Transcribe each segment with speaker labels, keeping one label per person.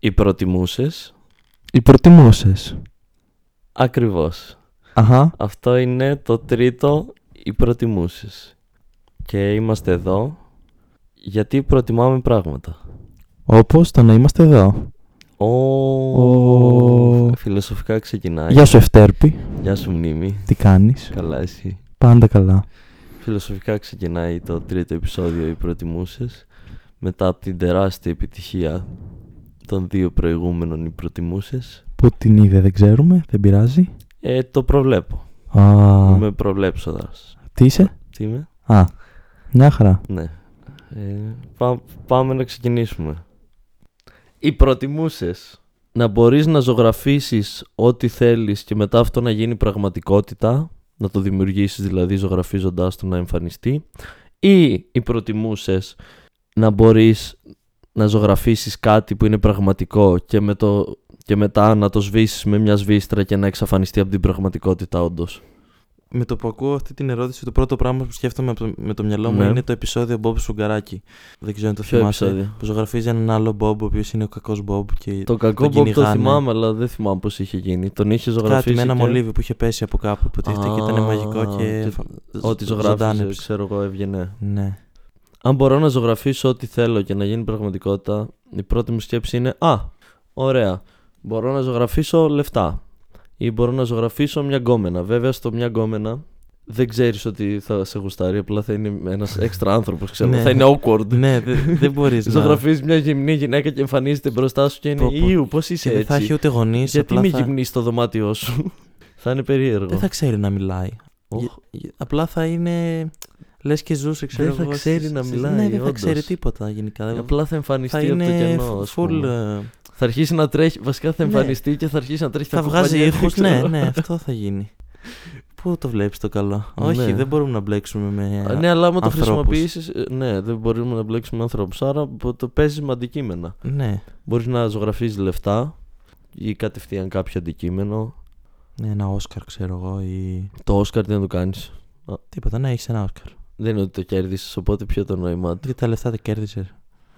Speaker 1: Οι προτιμούσες.
Speaker 2: Οι προτιμούσες.
Speaker 1: Ακριβώς.
Speaker 2: Αχα.
Speaker 1: Αυτό είναι το τρίτο. Οι προτιμούσες. Και είμαστε εδώ γιατί προτιμάμε πράγματα.
Speaker 2: Όπως το να είμαστε εδώ.
Speaker 1: Ο...
Speaker 2: Ω.
Speaker 1: Φιλοσοφικά ξεκινάει.
Speaker 2: Γεια σου, Ευτέρπη.
Speaker 1: Γεια σου, μνήμη.
Speaker 2: Τι κάνεις.
Speaker 1: Καλά, εσύ.
Speaker 2: Πάντα καλά.
Speaker 1: Φιλοσοφικά ξεκινάει το τρίτο επεισόδιο Οι προτιμούσες μετά από την τεράστια επιτυχία των δύο προηγούμενων Οι προτιμούσες
Speaker 2: Πού την είδε, δεν ξέρουμε, δεν πειράζει.
Speaker 1: ε, το προβλέπω.
Speaker 2: Α,
Speaker 1: Είμαι προβλέψοντας.
Speaker 2: Τι είσαι.
Speaker 1: Τι είμαι?
Speaker 2: Α, μια χαρά.
Speaker 1: Ναι. Ε, πά- πάμε να ξεκινήσουμε. Οι προτιμούσες να μπορείς να ζωγραφίσεις ό,τι θέλεις και μετά αυτό να γίνει πραγματικότητα, να το δημιουργήσεις δηλαδή ζωγραφίζοντάς το να εμφανιστεί ή οι προτιμούσες να μπορείς να ζωγραφίσεις κάτι που είναι πραγματικό και, με το, και μετά να το σβήσεις με μια σβήστρα και να εξαφανιστεί από την πραγματικότητα όντως.
Speaker 3: Με το που ακούω αυτή την ερώτηση, το πρώτο πράγμα που σκέφτομαι από το- με το μυαλό μου
Speaker 1: Ναι.
Speaker 3: είναι το επεισόδιο Bob Σουγκαράκη. Δεν ξέρω αν το
Speaker 1: Ποιο
Speaker 3: θυμάσαι.
Speaker 1: επεισόδιο?
Speaker 3: Που ζωγραφίζει έναν άλλο Bob, ο οποίος είναι ο κακός Bob. Και
Speaker 1: Το κακό
Speaker 3: τον
Speaker 1: που το
Speaker 3: κυνηγάνε.
Speaker 1: θυμάμαι, αλλά δεν θυμάμαι πώς είχε γίνει. Τον είχε ζωγραφίσει.
Speaker 3: Κάτι με ένα
Speaker 1: και-
Speaker 3: μολύβι που είχε πέσει από κάπου, υποτίθεται, και ήταν
Speaker 1: Α,
Speaker 3: μαγικό και. φα-
Speaker 1: Ό,τι
Speaker 3: ζ-
Speaker 1: ζωγράφιζε,
Speaker 3: ζωντάνεψε.
Speaker 1: ξέρω εγώ, έβγαινε.
Speaker 3: Ναι.
Speaker 1: Αν μπορώ να ζωγραφίσω ό,τι θέλω και να γίνει πραγματικότητα, η πρώτη μου σκέψη είναι Α, ωραία. Μπορώ να ζωγραφίσω λεφτά. Ή μπορώ να ζωγραφίσω μια γκόμενα. Βέβαια, στο μια γκόμενα δεν ξέρεις ότι θα σε γουστάρει. Απλά θα είναι ένας έξτρα άνθρωπος, ξέρω.
Speaker 3: Ναι.
Speaker 1: θα είναι awkward.
Speaker 3: ναι, δε- δεν μπορείς να.
Speaker 1: Ζωγραφίζεις μια γυμνή γυναίκα και εμφανίζεται μπροστά σου και είναι
Speaker 3: Πω, πω.
Speaker 1: Ιού, πώς είσαι
Speaker 3: Και
Speaker 1: έτσι.
Speaker 3: δεν θα έχει ούτε γονείς.
Speaker 1: Γιατί
Speaker 3: απλά
Speaker 1: μη
Speaker 3: θα...
Speaker 1: γυμνείς το δωμάτιό σου. θα είναι περίεργο.
Speaker 3: Δεν θα ξέρει να μιλάει.
Speaker 1: Οχ.
Speaker 3: Γε- γε- Απλά θα είναι. Λες και ζούσε, ξέρω
Speaker 1: Δεν θα
Speaker 3: εγώ,
Speaker 1: ξέρει
Speaker 3: στις-
Speaker 1: να
Speaker 3: στις-
Speaker 1: μιλάει,
Speaker 3: Ναι, δεν θα
Speaker 1: όντως.
Speaker 3: ξέρει τίποτα γενικά. δεν-
Speaker 1: Δηλαδή, Απλά θα εμφανιστεί
Speaker 3: Ναι. θα
Speaker 1: από το
Speaker 3: είναι
Speaker 1: κενό. ας
Speaker 3: full.
Speaker 1: πούμε.
Speaker 3: ε,
Speaker 1: Θα αρχίσει να τρέχει. Βασικά θα
Speaker 3: Ναι.
Speaker 1: εμφανιστεί και θα αρχίσει να τρέχει.
Speaker 3: Θα βγάζει
Speaker 1: κουπανιέται,
Speaker 3: ήχους.
Speaker 1: ξέρω.
Speaker 3: Ναι, ναι, αυτό θα γίνει. Πού το βλέπεις το καλό.
Speaker 1: Ναι.
Speaker 3: Όχι, δεν μπορούμε να μπλέξουμε με.
Speaker 1: Α, Ναι, αλλά άμα το
Speaker 3: Ανθρώπους.
Speaker 1: χρησιμοποιήσεις. Ναι, δεν μπορούμε να μπλέξουμε ανθρώπους. Άρα μπο- το παίζεις με αντικείμενα.
Speaker 3: Ναι,
Speaker 1: Μπορείς να ζωγραφίζεις λεφτά ή κατευθείαν κάποιο αντικείμενο.
Speaker 3: ναι, ένα Όσκαρ ξέρω εγώ ή.
Speaker 1: Το Όσκαρ τι να το κάνεις.
Speaker 3: Τίποτα, ναι, έχεις ένα Όσκαρ.
Speaker 1: Δεν είναι ότι το κέρδισες, οπότε ποιο το νόημά του.
Speaker 3: Γιατί τα λεφτά τα κέρδισε.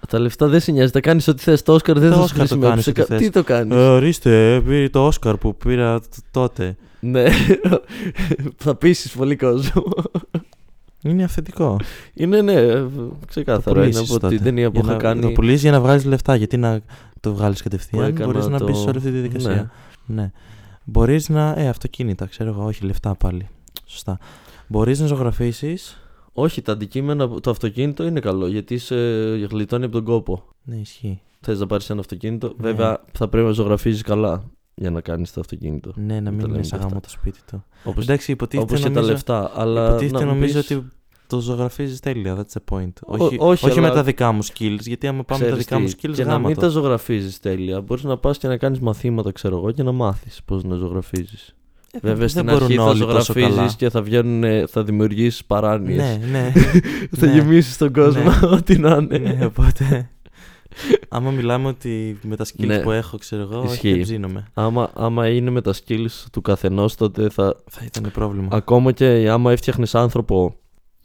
Speaker 1: Τα λεφτά δεν σε νοιάζει, τα κάνεις ό,τι θες. Το Όσκαρ δεν
Speaker 3: Το
Speaker 1: θα σου
Speaker 3: Όσκαρ το κάνεις
Speaker 1: χρησιμεύσει.
Speaker 3: ό,τι
Speaker 1: Κα-
Speaker 3: θες.
Speaker 1: Τι το κάνεις.
Speaker 3: Ε, ορίστε, πήρε το Όσκαρ που πήρα τ- τότε.
Speaker 1: Ναι, θα πείσει πολύ κόσμο.
Speaker 3: Είναι αυθεντικό.
Speaker 1: Είναι ναι, ε, ξεκάθαρο. Είναι
Speaker 3: πουλήσεις
Speaker 1: από
Speaker 3: τότε.
Speaker 1: την ταινία που
Speaker 3: Για
Speaker 1: είχα
Speaker 3: να,
Speaker 1: κάνει.
Speaker 3: το πουλήσεις για να βγάλεις λεφτά. Γιατί να το βγάλεις κατευθείαν.
Speaker 1: έκανα
Speaker 3: Μπορείς να
Speaker 1: το-
Speaker 3: μπει σε όλη αυτή τη διαδικασία. Ναι. Μπορείς να. Ε, αυτοκίνητα, ξέρω εγώ. Όχι, λεφτά πάλι. Σωστά. Μπορείς να ζωγραφίσεις.
Speaker 1: Όχι, τα αντικείμενα, το αυτοκίνητο είναι καλό γιατί σε γλιτώνει από τον κόπο.
Speaker 3: Ναι, ισχύει.
Speaker 1: Θες να πάρεις ένα αυτοκίνητο.
Speaker 3: Ναι.
Speaker 1: Βέβαια, θα πρέπει να ζωγραφίζεις καλά για να κάνεις το αυτοκίνητο.
Speaker 3: Ναι, να
Speaker 1: το
Speaker 3: μην
Speaker 1: λέμε
Speaker 3: είναι
Speaker 1: και
Speaker 3: σαν
Speaker 1: αυτά.
Speaker 3: γάμο το σπίτι του.
Speaker 1: Όπως
Speaker 3: Εντάξει, υποτίθεται
Speaker 1: και τα
Speaker 3: νομίζω-
Speaker 1: λεφτά. Αλλά
Speaker 3: Υποτίθεται
Speaker 1: να μου
Speaker 3: νομίζω
Speaker 1: πεις,
Speaker 3: ότι το ζωγραφίζεις τέλεια. That's the point.
Speaker 1: Ό-
Speaker 3: όχι
Speaker 1: όχι,
Speaker 3: όχι με
Speaker 1: αλλά-
Speaker 3: τα δικά μου skills. Γιατί άμα πάμε με τα
Speaker 1: ξέρεις
Speaker 3: δικά μου
Speaker 1: τι,
Speaker 3: skills,
Speaker 1: Και να μην
Speaker 3: γάμα
Speaker 1: τα
Speaker 3: το.
Speaker 1: ζωγραφίζεις τέλεια. Μπορείς να πας και να κάνεις μαθήματα, ξέρω εγώ, και να μάθεις πώς να ζωγραφίζεις.
Speaker 3: Ε, δεν-
Speaker 1: Βέβαια,
Speaker 3: δεν
Speaker 1: στην
Speaker 3: μπορούν
Speaker 1: αρχή θα
Speaker 3: όλοι τόσο καλά.
Speaker 1: ζωγραφίζει και θα, βγαίνουν, θα δημιουργήσεις παράνοιες.
Speaker 3: Ναι, ναι.
Speaker 1: θα
Speaker 3: ναι.
Speaker 1: γεμίσεις τον κόσμο,
Speaker 3: Ναι.
Speaker 1: ό,τι να είναι.
Speaker 3: ναι, οπότε. Άμα μιλάμε ότι με τα skills
Speaker 1: Ναι.
Speaker 3: που έχω, ξέρω εγώ, όχι,
Speaker 1: Ισχύει.
Speaker 3: δεν ψήνομαι.
Speaker 1: Άμα, άμα είναι με τα skills του καθενός, τότε θα.
Speaker 3: Θα ήταν πρόβλημα.
Speaker 1: Ακόμα και άμα έφτιαχνες άνθρωπο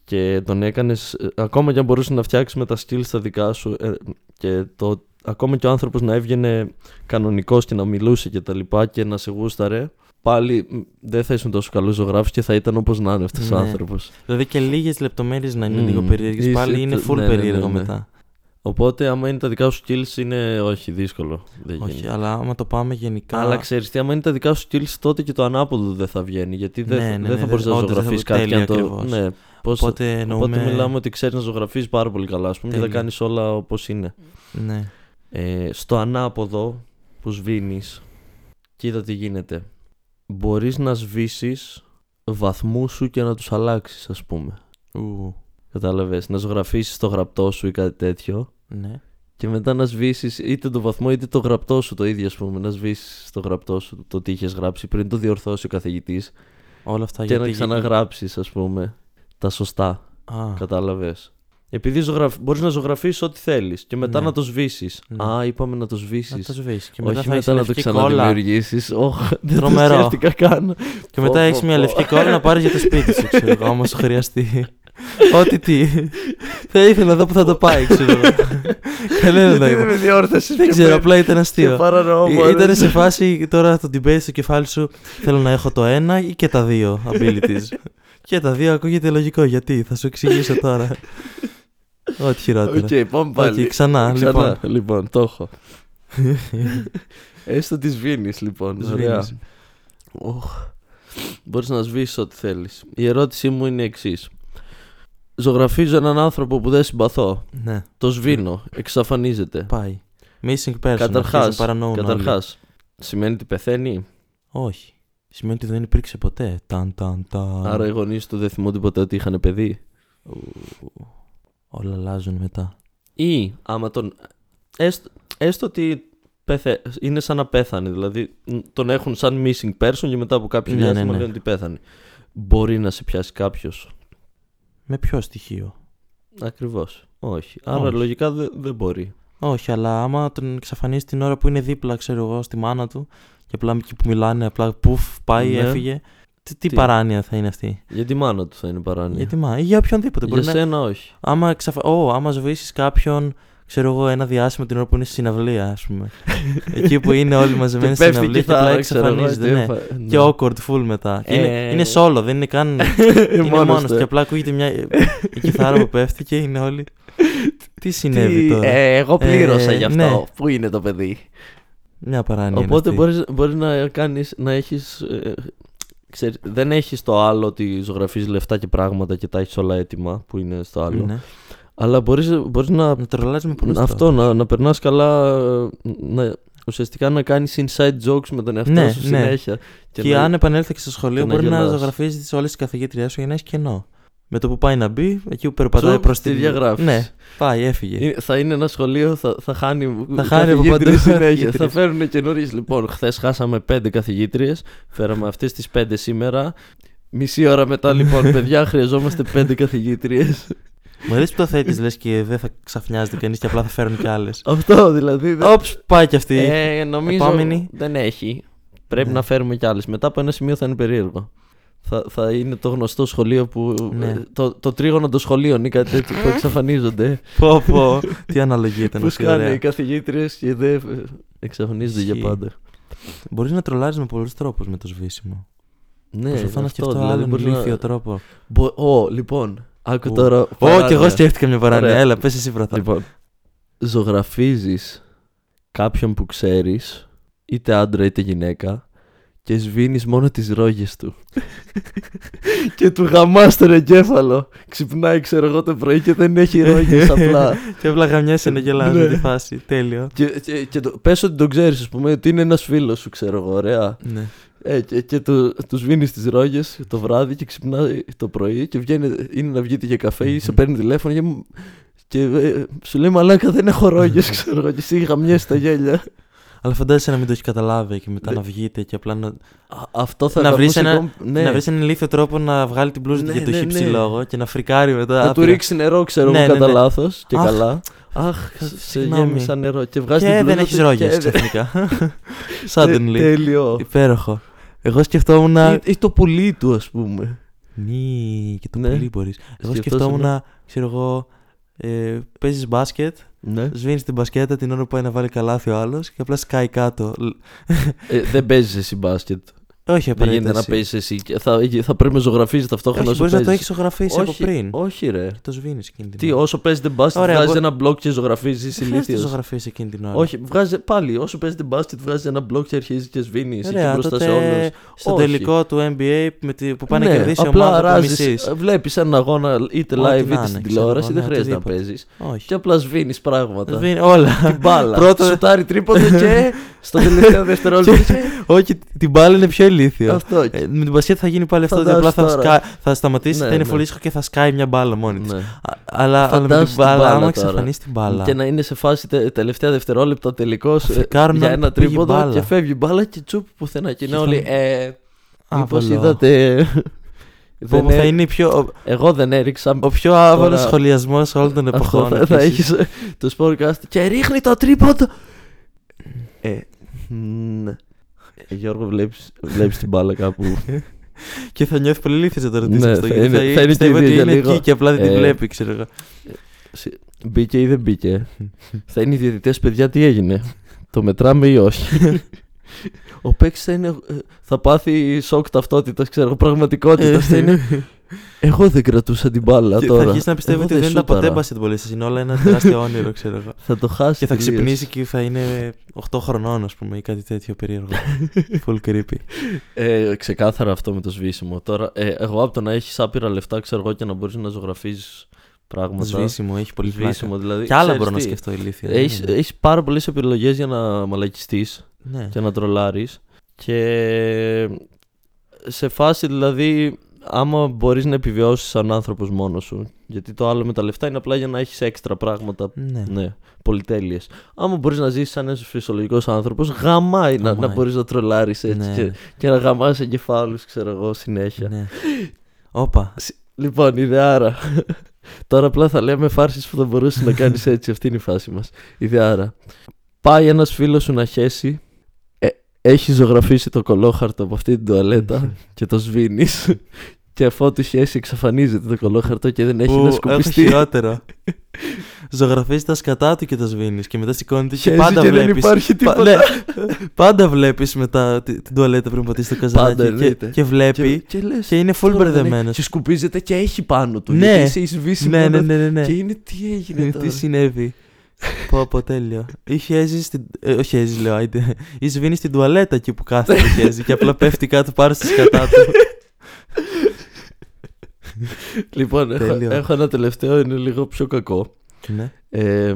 Speaker 1: και τον έκανε. Ακόμα και αν μπορούσες να φτιάξεις με τα skills τα δικά σου. ε, και το, ακόμα και ο άνθρωπος να έβγαινε κανονικός και να μιλούσε και τα λοιπά και να σε γούσταρε. Πάλι μ, δεν θα ήσουν τόσο καλός ζωγράφος και θα ήταν όπως να είναι αυτός ο
Speaker 3: Ναι.
Speaker 1: άνθρωπος.
Speaker 3: Δηλαδή και λίγες λεπτομέρειες να είναι
Speaker 1: Μμμ.
Speaker 3: λίγο περίεργες.
Speaker 1: Είσαι-
Speaker 3: Πάλι είναι
Speaker 1: ναι,
Speaker 3: full
Speaker 1: ναι, ναι,
Speaker 3: περίεργο
Speaker 1: ναι.
Speaker 3: μετά.
Speaker 1: Οπότε, άμα είναι τα δικά σου skills, είναι όχι, δύσκολο. Δεν
Speaker 3: Όχι,
Speaker 1: γίνεται.
Speaker 3: αλλά άμα το πάμε γενικά.
Speaker 1: Αλλά ξέρεις τι, άμα είναι τα δικά σου skills, τότε και το ανάποδο δεν θα βγαίνει. Γιατί δεν,
Speaker 3: Ναι, ναι,
Speaker 1: δεν
Speaker 3: ναι,
Speaker 1: θα μπορεί
Speaker 3: δεν-
Speaker 1: να
Speaker 3: όντως δεν
Speaker 1: ζωγραφεί
Speaker 3: θα μπορεί-
Speaker 1: κάτι και να
Speaker 3: τέλεια
Speaker 1: το.
Speaker 3: ακριβώς.
Speaker 1: Ναι, πώς... Οπότε,
Speaker 3: Οπότε εννοούμε.
Speaker 1: μιλάμε ότι ξέρεις να ζωγραφείς πάρα πολύ καλά, ας πούμε, και τα
Speaker 3: Τέλεια.
Speaker 1: κάνεις όλα όπως είναι.
Speaker 3: Ναι.
Speaker 1: Ε, στο ανάποδο που σβήνεις, κοίτα τι γίνεται. Μπορείς να σβήσεις βαθμούς σου και να τους αλλάξεις, ας πούμε.
Speaker 3: Ου,
Speaker 1: Κατάλαβες. Να ζωγραφίσεις το γραπτό σου ή κάτι τέτοιο.
Speaker 3: ναι.
Speaker 1: Και μετά να σβήσεις είτε το βαθμό είτε το γραπτό σου το ίδιο, ας πούμε. Να σβήσεις το γραπτό σου το τι είχες γράψει πριν το διορθώσει ο καθηγητής
Speaker 3: Όλα αυτά
Speaker 1: και
Speaker 3: γιατί.
Speaker 1: να ξαναγράψεις, ας πούμε, τα σωστά.
Speaker 3: Α,
Speaker 1: Κατάλαβες. Επειδή ζωγραφ... μπορείς να ζωγραφίσεις ό,τι θέλεις και μετά
Speaker 3: Ναι.
Speaker 1: να το σβήσεις.
Speaker 3: Ναι.
Speaker 1: Α, είπαμε να το
Speaker 3: να
Speaker 1: σβήσει.
Speaker 3: το σβήσεις. Και μετά
Speaker 1: Όχι
Speaker 3: θα έχεις
Speaker 1: μετά να το
Speaker 3: λευκή κόλλα.
Speaker 1: ξαναδημιουργήσει. Όχι, δεν το
Speaker 3: Τρομερό. Ναι,
Speaker 1: σκέφτηκα καν. Πω,
Speaker 3: Και μετά έχεις
Speaker 1: πω,
Speaker 3: μια
Speaker 1: πω.
Speaker 3: λευκή κόλλα να πάρεις για το σπίτι σου, ξέρω εγώ, άμα σου χρειαστεί. Ό,τι τι. Θα ήθελα να δω που θα το πάει, ξέρω εγώ. Κανένα
Speaker 1: Γιατί
Speaker 3: νόημα.
Speaker 1: με διόρθωσες
Speaker 3: Δεν
Speaker 1: και
Speaker 3: ξέρω,
Speaker 1: με-
Speaker 3: απλά ήταν
Speaker 1: και
Speaker 3: αστείο. Ε,
Speaker 1: παρανοώ, μου
Speaker 3: Ήταν
Speaker 1: αρέσει.
Speaker 3: σε φάση τώρα το debate στο κεφάλι σου. Θέλω να έχω το ένα ή και τα δύο abilities. και τα δύο ακούγεται λογικό γιατί θα σου εξηγήσω τώρα. Ό,τι χειρότερα.
Speaker 1: Οκ, πάμε πάλι.
Speaker 3: Όχι, ξανά,
Speaker 1: Ξανά,
Speaker 3: λοιπόν.
Speaker 1: λοιπόν. το έχω. Έστω της σβήνει, λοιπόν. Ωραία.
Speaker 3: Σβήνεις.
Speaker 1: Μπορείς να σβήσεις ό,τι θέλεις. Η ερώτησή μου είναι η εξής. Ζωγραφίζω έναν άνθρωπο που δεν συμπαθώ.
Speaker 3: Ναι,
Speaker 1: Το σβήνω. Εξαφανίζεται.
Speaker 3: πάει. Missing person.
Speaker 1: Καταρχά,
Speaker 3: αρχίζουν, παρανοούν όλοι.
Speaker 1: καταρχάς, σημαίνει ότι πεθαίνει.
Speaker 3: Όχι. Σημαίνει ότι δεν υπήρξε ποτέ. Ταν, ταν, ταν.
Speaker 1: Άρα οι γονείς του δεν θυμούνται ποτέ ότι είχαν παιδί.
Speaker 3: Ου, Όλα αλλάζουν μετά.
Speaker 1: Ή άμα τον. Έστω, έστω ότι πέθε, είναι σαν να πέθανε. Δηλαδή μ, τον έχουν σαν missing person και μετά από κάποιο
Speaker 3: Ναι, ναι,
Speaker 1: διάστημα
Speaker 3: ναι.
Speaker 1: λένε ότι πέθανε. Μπορεί να σε πιάσει κάποιος.
Speaker 3: Με ποιο στοιχείο.
Speaker 1: Ακριβώς. Όχι. Άρα
Speaker 3: Όχι.
Speaker 1: λογικά δε- δεν μπορεί.
Speaker 3: Όχι, αλλά άμα τον εξαφανίσει την ώρα που είναι δίπλα, ξέρω εγώ, στη μάνα του και απλά εκεί που μιλάνε, απλά πουφ, πάει,
Speaker 1: Ναι.
Speaker 3: έφυγε. Τι, τι,
Speaker 1: Τι?
Speaker 3: παράνοια θα είναι αυτή.
Speaker 1: Για τη μάνα του θα είναι παράνοια.
Speaker 3: Γιατί μα, ή για οποιονδήποτε.
Speaker 1: Για
Speaker 3: Μπορεί να...
Speaker 1: σένα όχι.
Speaker 3: άμα, εξαφα... Ω, άμα σβήσεις κάποιον, ξέρω εγώ, ένα διάστημα την ώρα που είναι στη συναυλία, ας πούμε. εκεί που είναι όλοι
Speaker 1: Και
Speaker 3: μαζεμένοι στην
Speaker 1: πέφτει και
Speaker 3: συναυλία και απλά
Speaker 1: θα εξαφανίζεται.
Speaker 3: εξαφανίζεται. Ναι. Και awkward full μετά. Και είναι,
Speaker 1: Ε.
Speaker 3: είναι solo, δεν είναι καν. είναι
Speaker 1: μόνος
Speaker 3: μόνος
Speaker 1: του,
Speaker 3: του. Και
Speaker 1: ε.
Speaker 3: απλά ακούγεται μια. η κιθάρα που πέφτει και είναι όλοι. Τι συνέβη τώρα.
Speaker 1: ε,
Speaker 3: Ε, ναι.
Speaker 1: εγώ
Speaker 3: πλήρωσα γι' αυτό.
Speaker 1: Πού είναι το παιδί.
Speaker 3: Μια παράνοια. είναι
Speaker 1: Οπότε
Speaker 3: αυτή.
Speaker 1: μπορείς, μπορείς να κάνεις, να έχεις... ε, ξέρεις, δεν έχεις το άλλο ότι ζωγραφίζεις λεφτά και πράγματα και τα έχεις όλα έτοιμα που είναι στο άλλο.
Speaker 3: Ναι.
Speaker 1: Αλλά μπορείς, μπορείς να...
Speaker 3: Να τρελάζει με πολλού.
Speaker 1: αυτό, να, να περνάς καλά... ε, Να, ουσιαστικά να κάνεις inside jokes με τον εαυτό
Speaker 3: Ναι,
Speaker 1: σου
Speaker 3: ναι.
Speaker 1: συνέχεια.
Speaker 3: Και,
Speaker 1: να-
Speaker 3: αν επανέλθεις και στο σχολείο,
Speaker 1: και να
Speaker 3: μπορείς να,
Speaker 1: γελάς.
Speaker 3: ζωγραφίζεις όλες τις καθηγήτριάς σου για να έχεις κενό. Με το που πάει να μπει, εκεί που περπατάει
Speaker 1: Τσουπ,
Speaker 3: προς
Speaker 1: τη διαγράφεις.
Speaker 3: Ναι, πάει, έφυγε.
Speaker 1: Ε, Θα είναι ένα σχολείο, θα, θα χάνει,
Speaker 3: Θα χάνει από
Speaker 1: καθηγήτριες
Speaker 3: παντού
Speaker 1: συνέχεια. θα
Speaker 3: καθηγήτριες.
Speaker 1: φέρουν καινούριες. Λοιπόν, χθες χάσαμε πέντε καθηγήτριες. Φέραμε αυτές τις πέντε σήμερα. Μισή ώρα μετά, λοιπόν, παιδιά, χρειαζόμαστε πέντε καθηγήτριες.
Speaker 3: Μου αρέσει που το θέτεις, λες και δεν θα ξαφνιάζεται κανείς και απλά θα φέρουν κι άλλες.
Speaker 1: Αυτό δηλαδή. δεν-
Speaker 3: Όψ, πάει κι αυτή.
Speaker 1: Ε, νομίζω
Speaker 3: επόμενη.
Speaker 1: δεν έχει. Πρέπει
Speaker 3: Ναι.
Speaker 1: να φέρουμε κι άλλες. Μετά από ένα σημείο θα είναι περίεργο. Θα, θα είναι το γνωστό σχολείο που.
Speaker 3: Ναι.
Speaker 1: ε, Το, το τρίγωνο των σχολείων ή κάτι τέτοιο που εξαφανίζονται.
Speaker 3: πω, πω. τι αναλογία ήταν
Speaker 1: Ε. Που
Speaker 3: αυτή.
Speaker 1: σκάνε οι
Speaker 3: Ωραία.
Speaker 1: καθηγήτριες και δεν ε, εξαφανίζονται για
Speaker 3: ναι. Ισχύει.
Speaker 1: πάντα.
Speaker 3: Μπορείς να τρολάρεις με πολλούς τρόπους με το σβήσιμο.
Speaker 1: Ναι,
Speaker 3: Προσπαθώ να
Speaker 1: αυτό,
Speaker 3: σκεφτώ
Speaker 1: δηλαδή,
Speaker 3: άλλον
Speaker 1: μπορείς να-
Speaker 3: ηλίθιο τρόπο.
Speaker 1: Μπο... Ω, λοιπόν, άκου
Speaker 3: Ω.
Speaker 1: τώρα.
Speaker 3: Ω,
Speaker 1: παράνοια.
Speaker 3: κι εγώ σκέφτηκα μια παράνοια.
Speaker 1: Ωραία.
Speaker 3: Έλα, πες εσύ πρώτα.
Speaker 1: Λοιπόν, ζωγραφίζεις κάποιον που ξέρεις, είτε άντρα είτε γυναίκα, και σβήνεις μόνο τις ρόγες του. και του γαμάς τον εγκέφαλο. Ξυπνάει, ξέρω εγώ, το πρωί και δεν έχει ρόγες απλά.
Speaker 3: Και απλά γαμιάσαι να γελάς
Speaker 1: Ναι.
Speaker 3: με τη φάση. Τέλειο.
Speaker 1: και και, και το... πες ότι τον ξέρεις, ας πούμε, ότι είναι ένας φίλος σου, ξέρω εγώ, ωραία.
Speaker 3: Ναι.
Speaker 1: Ε, και, και του, του σβήνεις τις ρόγες το βράδυ και ξυπνάει το πρωί και βγαίνει, είναι να βγείτε για καφέ ή σε
Speaker 3: Μμμ.
Speaker 1: παίρνει τηλέφωνο και, μου- και ε, σου λέει Μαλάκα δεν έχω ρόγες, ξέρω εγώ. Και εσύ γαμιέσαι τα γέλια.
Speaker 3: Αλλά φαντάζεσαι να μην το έχει καταλάβει και μετά
Speaker 1: Ναι.
Speaker 3: να βγείτε και απλά να,
Speaker 1: Α, Αυτό θα
Speaker 3: Να βρεις
Speaker 1: γαμούσε
Speaker 3: ένα-
Speaker 1: ακόμη- ναι,
Speaker 3: να βρεις έναν ηλίθιο τρόπο να βγάλει την μπλούζα
Speaker 1: Ναι,
Speaker 3: του για το
Speaker 1: ναι,
Speaker 3: χύψη
Speaker 1: ναι.
Speaker 3: λόγο και να φρικάρει μετά.
Speaker 1: να του
Speaker 3: άπειρα.
Speaker 1: ρίξει νερό, ξέρω
Speaker 3: Ναι,
Speaker 1: εγώ,
Speaker 3: ναι,
Speaker 1: κατά
Speaker 3: ναι.
Speaker 1: λάθος και
Speaker 3: Αχ,
Speaker 1: καλά. Αχ, σε
Speaker 3: συγγνώμη.
Speaker 1: γέμισα νερό. Και βγάζει
Speaker 3: Και
Speaker 1: την
Speaker 3: δεν
Speaker 1: μπλούζα
Speaker 3: έχεις
Speaker 1: του
Speaker 3: ρόγε
Speaker 1: και-
Speaker 3: ξαφνικά.
Speaker 1: τε-
Speaker 3: Suddenly.
Speaker 1: Τέλειο.
Speaker 3: Υπέροχο. Εγώ σκεφτόμουν.
Speaker 1: Ή- Ή το πουλί του, ας πούμε.
Speaker 3: Νι, και το
Speaker 1: Ναι.
Speaker 3: πολύ μπορείς. Εγώ
Speaker 1: Σκεφτόσαι,
Speaker 3: σκεφτόμουν, ξέρω εγώ, ε, παίζεις μπάσκετ,
Speaker 1: Ναι.
Speaker 3: σβήνει την μπασκέτα την ώρα που πάει να βάλει καλάθι ο άλλος και απλά σκάει κάτω. Λ-
Speaker 1: Ε, δεν παίζεις εσύ μπάσκετ.
Speaker 3: Όχι
Speaker 1: Δεν
Speaker 3: απαραίτητα.
Speaker 1: γίνεται να
Speaker 3: εσύ.
Speaker 1: παίζει εσύ. και Θα, θα πρέπει να ζωγραφίζεις ταυτόχρονα
Speaker 3: Όχι,
Speaker 1: όσο
Speaker 3: μπορείς να το
Speaker 1: παίζεις.
Speaker 3: έχεις ζωγραφίσει από πριν.
Speaker 1: Όχι, ρε.
Speaker 3: Το σβήνεις εκείνη την
Speaker 1: Τι,
Speaker 3: ώρα.
Speaker 1: όσο παίζετε μπάσκετ,
Speaker 3: Ωραία,
Speaker 1: βγάζεις
Speaker 3: εγώ-
Speaker 1: ένα μπλοκ και ζωγραφίζεις
Speaker 3: Δεν χρειάζεται να το
Speaker 1: ηλίθιο.
Speaker 3: ζωγραφίσει εκείνη την ώρα.
Speaker 1: Όχι, βγάζει πάλι. Όσο παίζετε μπάσκετ, βγάζει ένα μπλοκ και αρχίζεις και σβήνεις. Εκεί
Speaker 3: Ωραία,
Speaker 1: μπροστά σε
Speaker 3: Ε, τότε
Speaker 1: όλους.
Speaker 3: Στο
Speaker 1: Όχι.
Speaker 3: τελικό του NBA με τη- που πάνε να
Speaker 1: ναι,
Speaker 3: κερδίσει η
Speaker 1: απλά Ε,
Speaker 3: ομάδα που
Speaker 1: αράζεις.
Speaker 3: μισείς.
Speaker 1: Βλέπεις έναν αγώνα είτε
Speaker 3: Ό,τι να
Speaker 1: live
Speaker 3: είναι,
Speaker 1: είτε στην
Speaker 3: ξέρω
Speaker 1: τηλεόραση. Δεν
Speaker 3: εγώ, ναι,
Speaker 1: χρειάζεται να
Speaker 3: οτιδήποτε.
Speaker 1: παίζεις.
Speaker 3: Όχι.
Speaker 1: Και απλά σβήνεις πράγματα.
Speaker 3: Σβήνει όλα.
Speaker 1: Την μπάλα.
Speaker 3: Πρώτα-
Speaker 1: Σουτάρει τρίποντο και στο τελευταίο δευτερόλεπτο. και-
Speaker 3: Όχι, την μπάλα είναι πιο ηλίθιο.
Speaker 1: Αυτό.
Speaker 3: Ε, με την μπασκέτα θα γίνει πάλι αυτό. ότι
Speaker 1: Φαντάσου
Speaker 3: απλά θα,
Speaker 1: τώρα.
Speaker 3: σκα... θα σταματήσει,
Speaker 1: Ναι,
Speaker 3: θα είναι
Speaker 1: ναι.
Speaker 3: πολύ ήσυχο και θα σκάει μια μπάλα μόνη της.
Speaker 1: Ναι.
Speaker 3: Αλλά, αλλά με
Speaker 1: Φαντάσου
Speaker 3: την
Speaker 1: την
Speaker 3: μπάλα,
Speaker 1: μπάλα
Speaker 3: άμα
Speaker 1: τώρα.
Speaker 3: εξαφανίσει την μπάλα.
Speaker 1: Και να είναι σε φάση τε- τελευταία δευτερόλεπτα τελικώς
Speaker 3: φρικάρουν
Speaker 1: για
Speaker 3: αν
Speaker 1: ένα
Speaker 3: πήγε
Speaker 1: τρίποδο
Speaker 3: μπάλα.
Speaker 1: και φεύγει η μπάλα και τσουπ πουθενά. Και είναι
Speaker 3: Και
Speaker 1: όλοι.
Speaker 3: θα-
Speaker 1: Ε, Μήπω
Speaker 3: Άβολο.
Speaker 1: είδατε. ε,
Speaker 3: Πω,
Speaker 1: δεν
Speaker 3: πω, θα
Speaker 1: έ-
Speaker 3: είναι η πιο, ο,
Speaker 1: Εγώ δεν έριξα.
Speaker 3: ο πιο άβολος
Speaker 1: Τώρα-
Speaker 3: σχολιασμός όλων των
Speaker 1: Αυτό
Speaker 3: εποχών.
Speaker 1: θα, θα έχεις
Speaker 3: επίσης.
Speaker 1: ε, το Sportcast και ρίχνει το τρίποντο. ναι. Ε, μ, ε, Γιώργο, βλέπεις, βλέπεις την μπάλα κάπου.
Speaker 3: Και θα νιώθει πολύ λύθιζε το ρωτήσω
Speaker 1: Ναι,
Speaker 3: αυτό.
Speaker 1: θα
Speaker 3: γιατί
Speaker 1: είναι- θα είναι
Speaker 3: πιστεύω
Speaker 1: και η
Speaker 3: ότι
Speaker 1: ίδια
Speaker 3: είναι
Speaker 1: λίγο.
Speaker 3: εκεί και απλά δεν τη
Speaker 1: Ε,
Speaker 3: βλέπει, ξέρω εγώ.
Speaker 1: Μπήκε ή δεν μπήκε. θα είναι οι διαιτητέ, παιδιά, τι έγινε. το μετράμε ή όχι. Ο παίκτη θα, είναι- ε, θα πάθει σοκ ταυτότητας, ξέρω, πραγματικότητας. θα είναι. Εγώ δεν κρατούσα την μπάλα
Speaker 3: Ε, ναι. Και
Speaker 1: τώρα.
Speaker 3: Θα αρχίσει να πιστεύει
Speaker 1: Εγώ
Speaker 3: ότι δεν ήταν
Speaker 1: σούταρα».
Speaker 3: ποτέ basketballist. Είναι όλα ένα τεράστιο όνειρο, ξέρω εγώ.
Speaker 1: Θα το χάσει.
Speaker 3: Και θα
Speaker 1: τελείως.
Speaker 3: ξυπνήσει και θα είναι 8 χρονών, ας πούμε, ή κάτι τέτοιο περίεργο. Full creepy.
Speaker 1: Ε, ξεκάθαρα αυτό με το σβήσιμο. Τώρα, ε, εγώ από το να έχεις άπειρα λεφτά, ξέρω εγώ, και να μπορείς να ζωγραφίζεις πράγματα.
Speaker 3: Σβήσιμο, έχει πολύ πλάκα.
Speaker 1: Σβήσιμο, δηλαδή.
Speaker 3: Και άλλα
Speaker 1: ξέρεις
Speaker 3: μπορώ να
Speaker 1: τι,
Speaker 3: σκεφτώ ηλίθεια. δεν
Speaker 1: Έχεις,
Speaker 3: είναι.
Speaker 1: έχεις πάρα πολλές επιλογές για να μαλακιστείς
Speaker 3: Ναι.
Speaker 1: και να τρολάρεις. Και σε φάση δηλαδή, άμα μπορείς να επιβιώσεις σαν άνθρωπος μόνος σου. Γιατί το άλλο με τα λεφτά είναι απλά για να έχεις έξτρα πράγματα.
Speaker 3: Ναι.
Speaker 1: Ναι, πολυτέλειες. Άμα μπορείς να ζήσει σαν ένας φυσιολογικός άνθρωπος, γαμάει να, να
Speaker 3: Γαμάει.
Speaker 1: μπορείς να τρολάρεις έτσι
Speaker 3: Ναι.
Speaker 1: και, και να γαμάς εγκεφάλους, ξέρω εγώ, συνέχεια.
Speaker 3: Ναι. Όπα.
Speaker 1: Λοιπόν, ιδεάρα. Τώρα απλά θα λέμε φάρσει που θα μπορούσε να κάνεις έτσι. Αυτή είναι η φάση μας. Ιδεάρα. Πάει ένας φίλος σου να χέσει. Ε, έχει ζωγραφίσει το κολόχαρτο από αυτή την τουαλέτα και το σβήνεις. και αφού του χέσει, εξαφανίζεται το κολόχαρτο και δεν έχει
Speaker 3: Που
Speaker 1: να
Speaker 3: έχω
Speaker 1: σκουπιστεί.
Speaker 3: χειρότερο. Ζωγραφίζεις τα σκατά του και τα σβήνεις και μετά σηκώνει και
Speaker 1: Χέζεις
Speaker 3: πάντα
Speaker 1: και δεν
Speaker 3: βλέπεις.
Speaker 1: υπάρχει τίποτα.
Speaker 3: πάντα βλέπεις μετά τη- την τουαλέτα πριν πατήσει το
Speaker 1: Πάντα,
Speaker 3: καζανάκι.
Speaker 1: εννοείται.
Speaker 3: και, και βλέπει.
Speaker 1: και λες,
Speaker 3: Και είναι full
Speaker 1: τώρα δεν
Speaker 3: μπερδεμένο.
Speaker 1: έχει- Και σκουπίζεται και έχει πάνω του.
Speaker 3: Ναι.
Speaker 1: Γιατί είσαι εις βύση
Speaker 3: Ναι, ναι,
Speaker 1: μόνο-
Speaker 3: ναι, ναι. ναι.
Speaker 1: Και είναι τι έγινε
Speaker 3: Ε,
Speaker 1: τώρα.
Speaker 3: Τι συνέβη. πω, πω, τέλειο. Ή χέζεις στην. ε, όχι, χέζεις, λέω. Άιντε. Ή σβήνεις στην τουαλέτα εκεί που κάθεται και χέζει και απλά πέφτει κάτω πάνω στη σκατά του.
Speaker 1: Λοιπόν, έχω,
Speaker 3: Τέλειο.
Speaker 1: έχω ένα τελευταίο, είναι λίγο πιο κακό.
Speaker 3: ναι.
Speaker 1: Ε,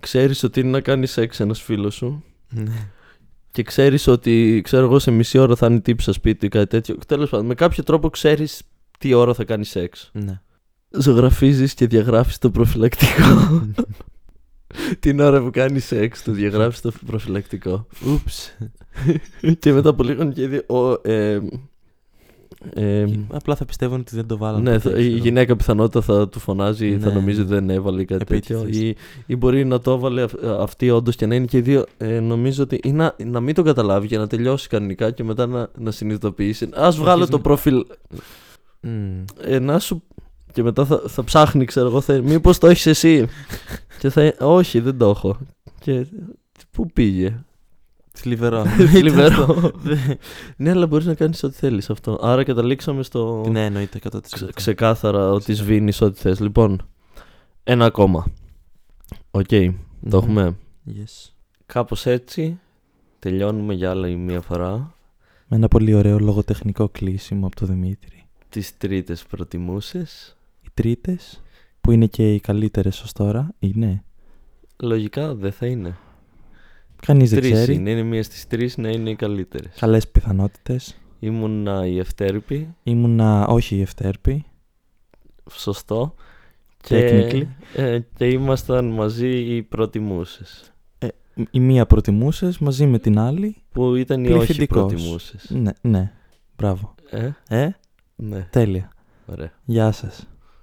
Speaker 1: ξέρεις ότι είναι να κάνεις σεξ ένας φίλος σου
Speaker 3: ναι.
Speaker 1: και ξέρεις ότι, ξέρω εγώ, σε μισή ώρα θα είναι τύψα σπίτι ή κάτι τέτοιο. Τέλος πάντων, με κάποιο τρόπο ξέρεις τι ώρα θα κάνεις σεξ.
Speaker 3: ναι.
Speaker 1: Ζωγραφίζεις και διαγράφεις το προφυλακτικό. Την ώρα που κάνεις σεξ, το διαγράφεις το προφυλακτικό.
Speaker 3: Ούψ.
Speaker 1: και μετά από λίγο είναι και ήδη ο, ε, ε,
Speaker 3: Απλά θα πιστεύουν ότι δεν το βάλανε.
Speaker 1: ναι,
Speaker 3: ποτέ,
Speaker 1: θα- η
Speaker 3: ξέρω.
Speaker 1: γυναίκα πιθανότητα θα του φωνάζει, θα
Speaker 3: Ναι,
Speaker 1: νομίζει
Speaker 3: ναι.
Speaker 1: δεν έβαλε ή κάτι τέτοιο.
Speaker 3: Επίτηδες.
Speaker 1: Ή, ή μπορεί να το έβαλε αυ- ε, αυτή όντως και να είναι και οι δύο. Ε, νομίζω ότι. ή να, να μην το καταλάβει για να τελειώσει κανονικά και μετά να, να συνειδητοποιήσει. Ας βγάλω
Speaker 3: Αρχίζει
Speaker 1: το
Speaker 3: να-
Speaker 1: προφίλ.
Speaker 3: Μμμ.
Speaker 1: Ε, να σου. Και μετά θα, θα ψάχνει, ξέρω εγώ. Θα... Μήπως το έχεις εσύ. και θα. Όχι, δεν το έχω. Και. Πού πήγε.
Speaker 3: Θλιβερό.
Speaker 2: Λοιπόν,
Speaker 1: Θλιβερό. ναι, αλλά μπορείς να κάνεις ό,τι θέλεις αυτό. Άρα καταλήξαμε στο.
Speaker 3: ναι, εννοείται 100%.
Speaker 1: Ξε- ξεκάθαρα ότι σβήνεις ό,τι θες. Λοιπόν, ένα ακόμα. Οκ,
Speaker 3: Μμμ.
Speaker 1: το έχουμε.
Speaker 3: Yes.
Speaker 1: Κάπως Ναι. έτσι τελειώνουμε για άλλη μία φορά.
Speaker 2: Με ένα πολύ ωραίο λογοτεχνικό κλείσιμο από τον Δημήτρη.
Speaker 1: Τις τρίτες προτιμούσες.
Speaker 2: Οι τρίτες, που είναι και οι καλύτερες ως τώρα, είναι.
Speaker 1: Λογικά δεν θα είναι.
Speaker 2: Κανείς δεν
Speaker 1: Τρεις
Speaker 2: ξέρει.
Speaker 1: είναι. Είναι μία στις τρεις να είναι οι καλύτερες.
Speaker 2: Καλές πιθανότητες.
Speaker 1: Ήμουνα η ευτέρπη.
Speaker 2: Ήμουνα όχι η Ευτέρπη.
Speaker 1: Σωστό.
Speaker 2: Technically.
Speaker 1: Και, ε, και ήμασταν μαζί οι προτιμούσες.
Speaker 2: Η μία προτιμούσες μαζί με την άλλη.
Speaker 1: Που ήταν οι όχι
Speaker 2: Πληθυντικός.
Speaker 1: προτιμούσες.
Speaker 2: Ναι, ναι. Μπράβο.
Speaker 1: Ε,
Speaker 2: Ε,
Speaker 1: ναι,
Speaker 2: τέλεια.
Speaker 1: ωραία.
Speaker 2: Γεια σας.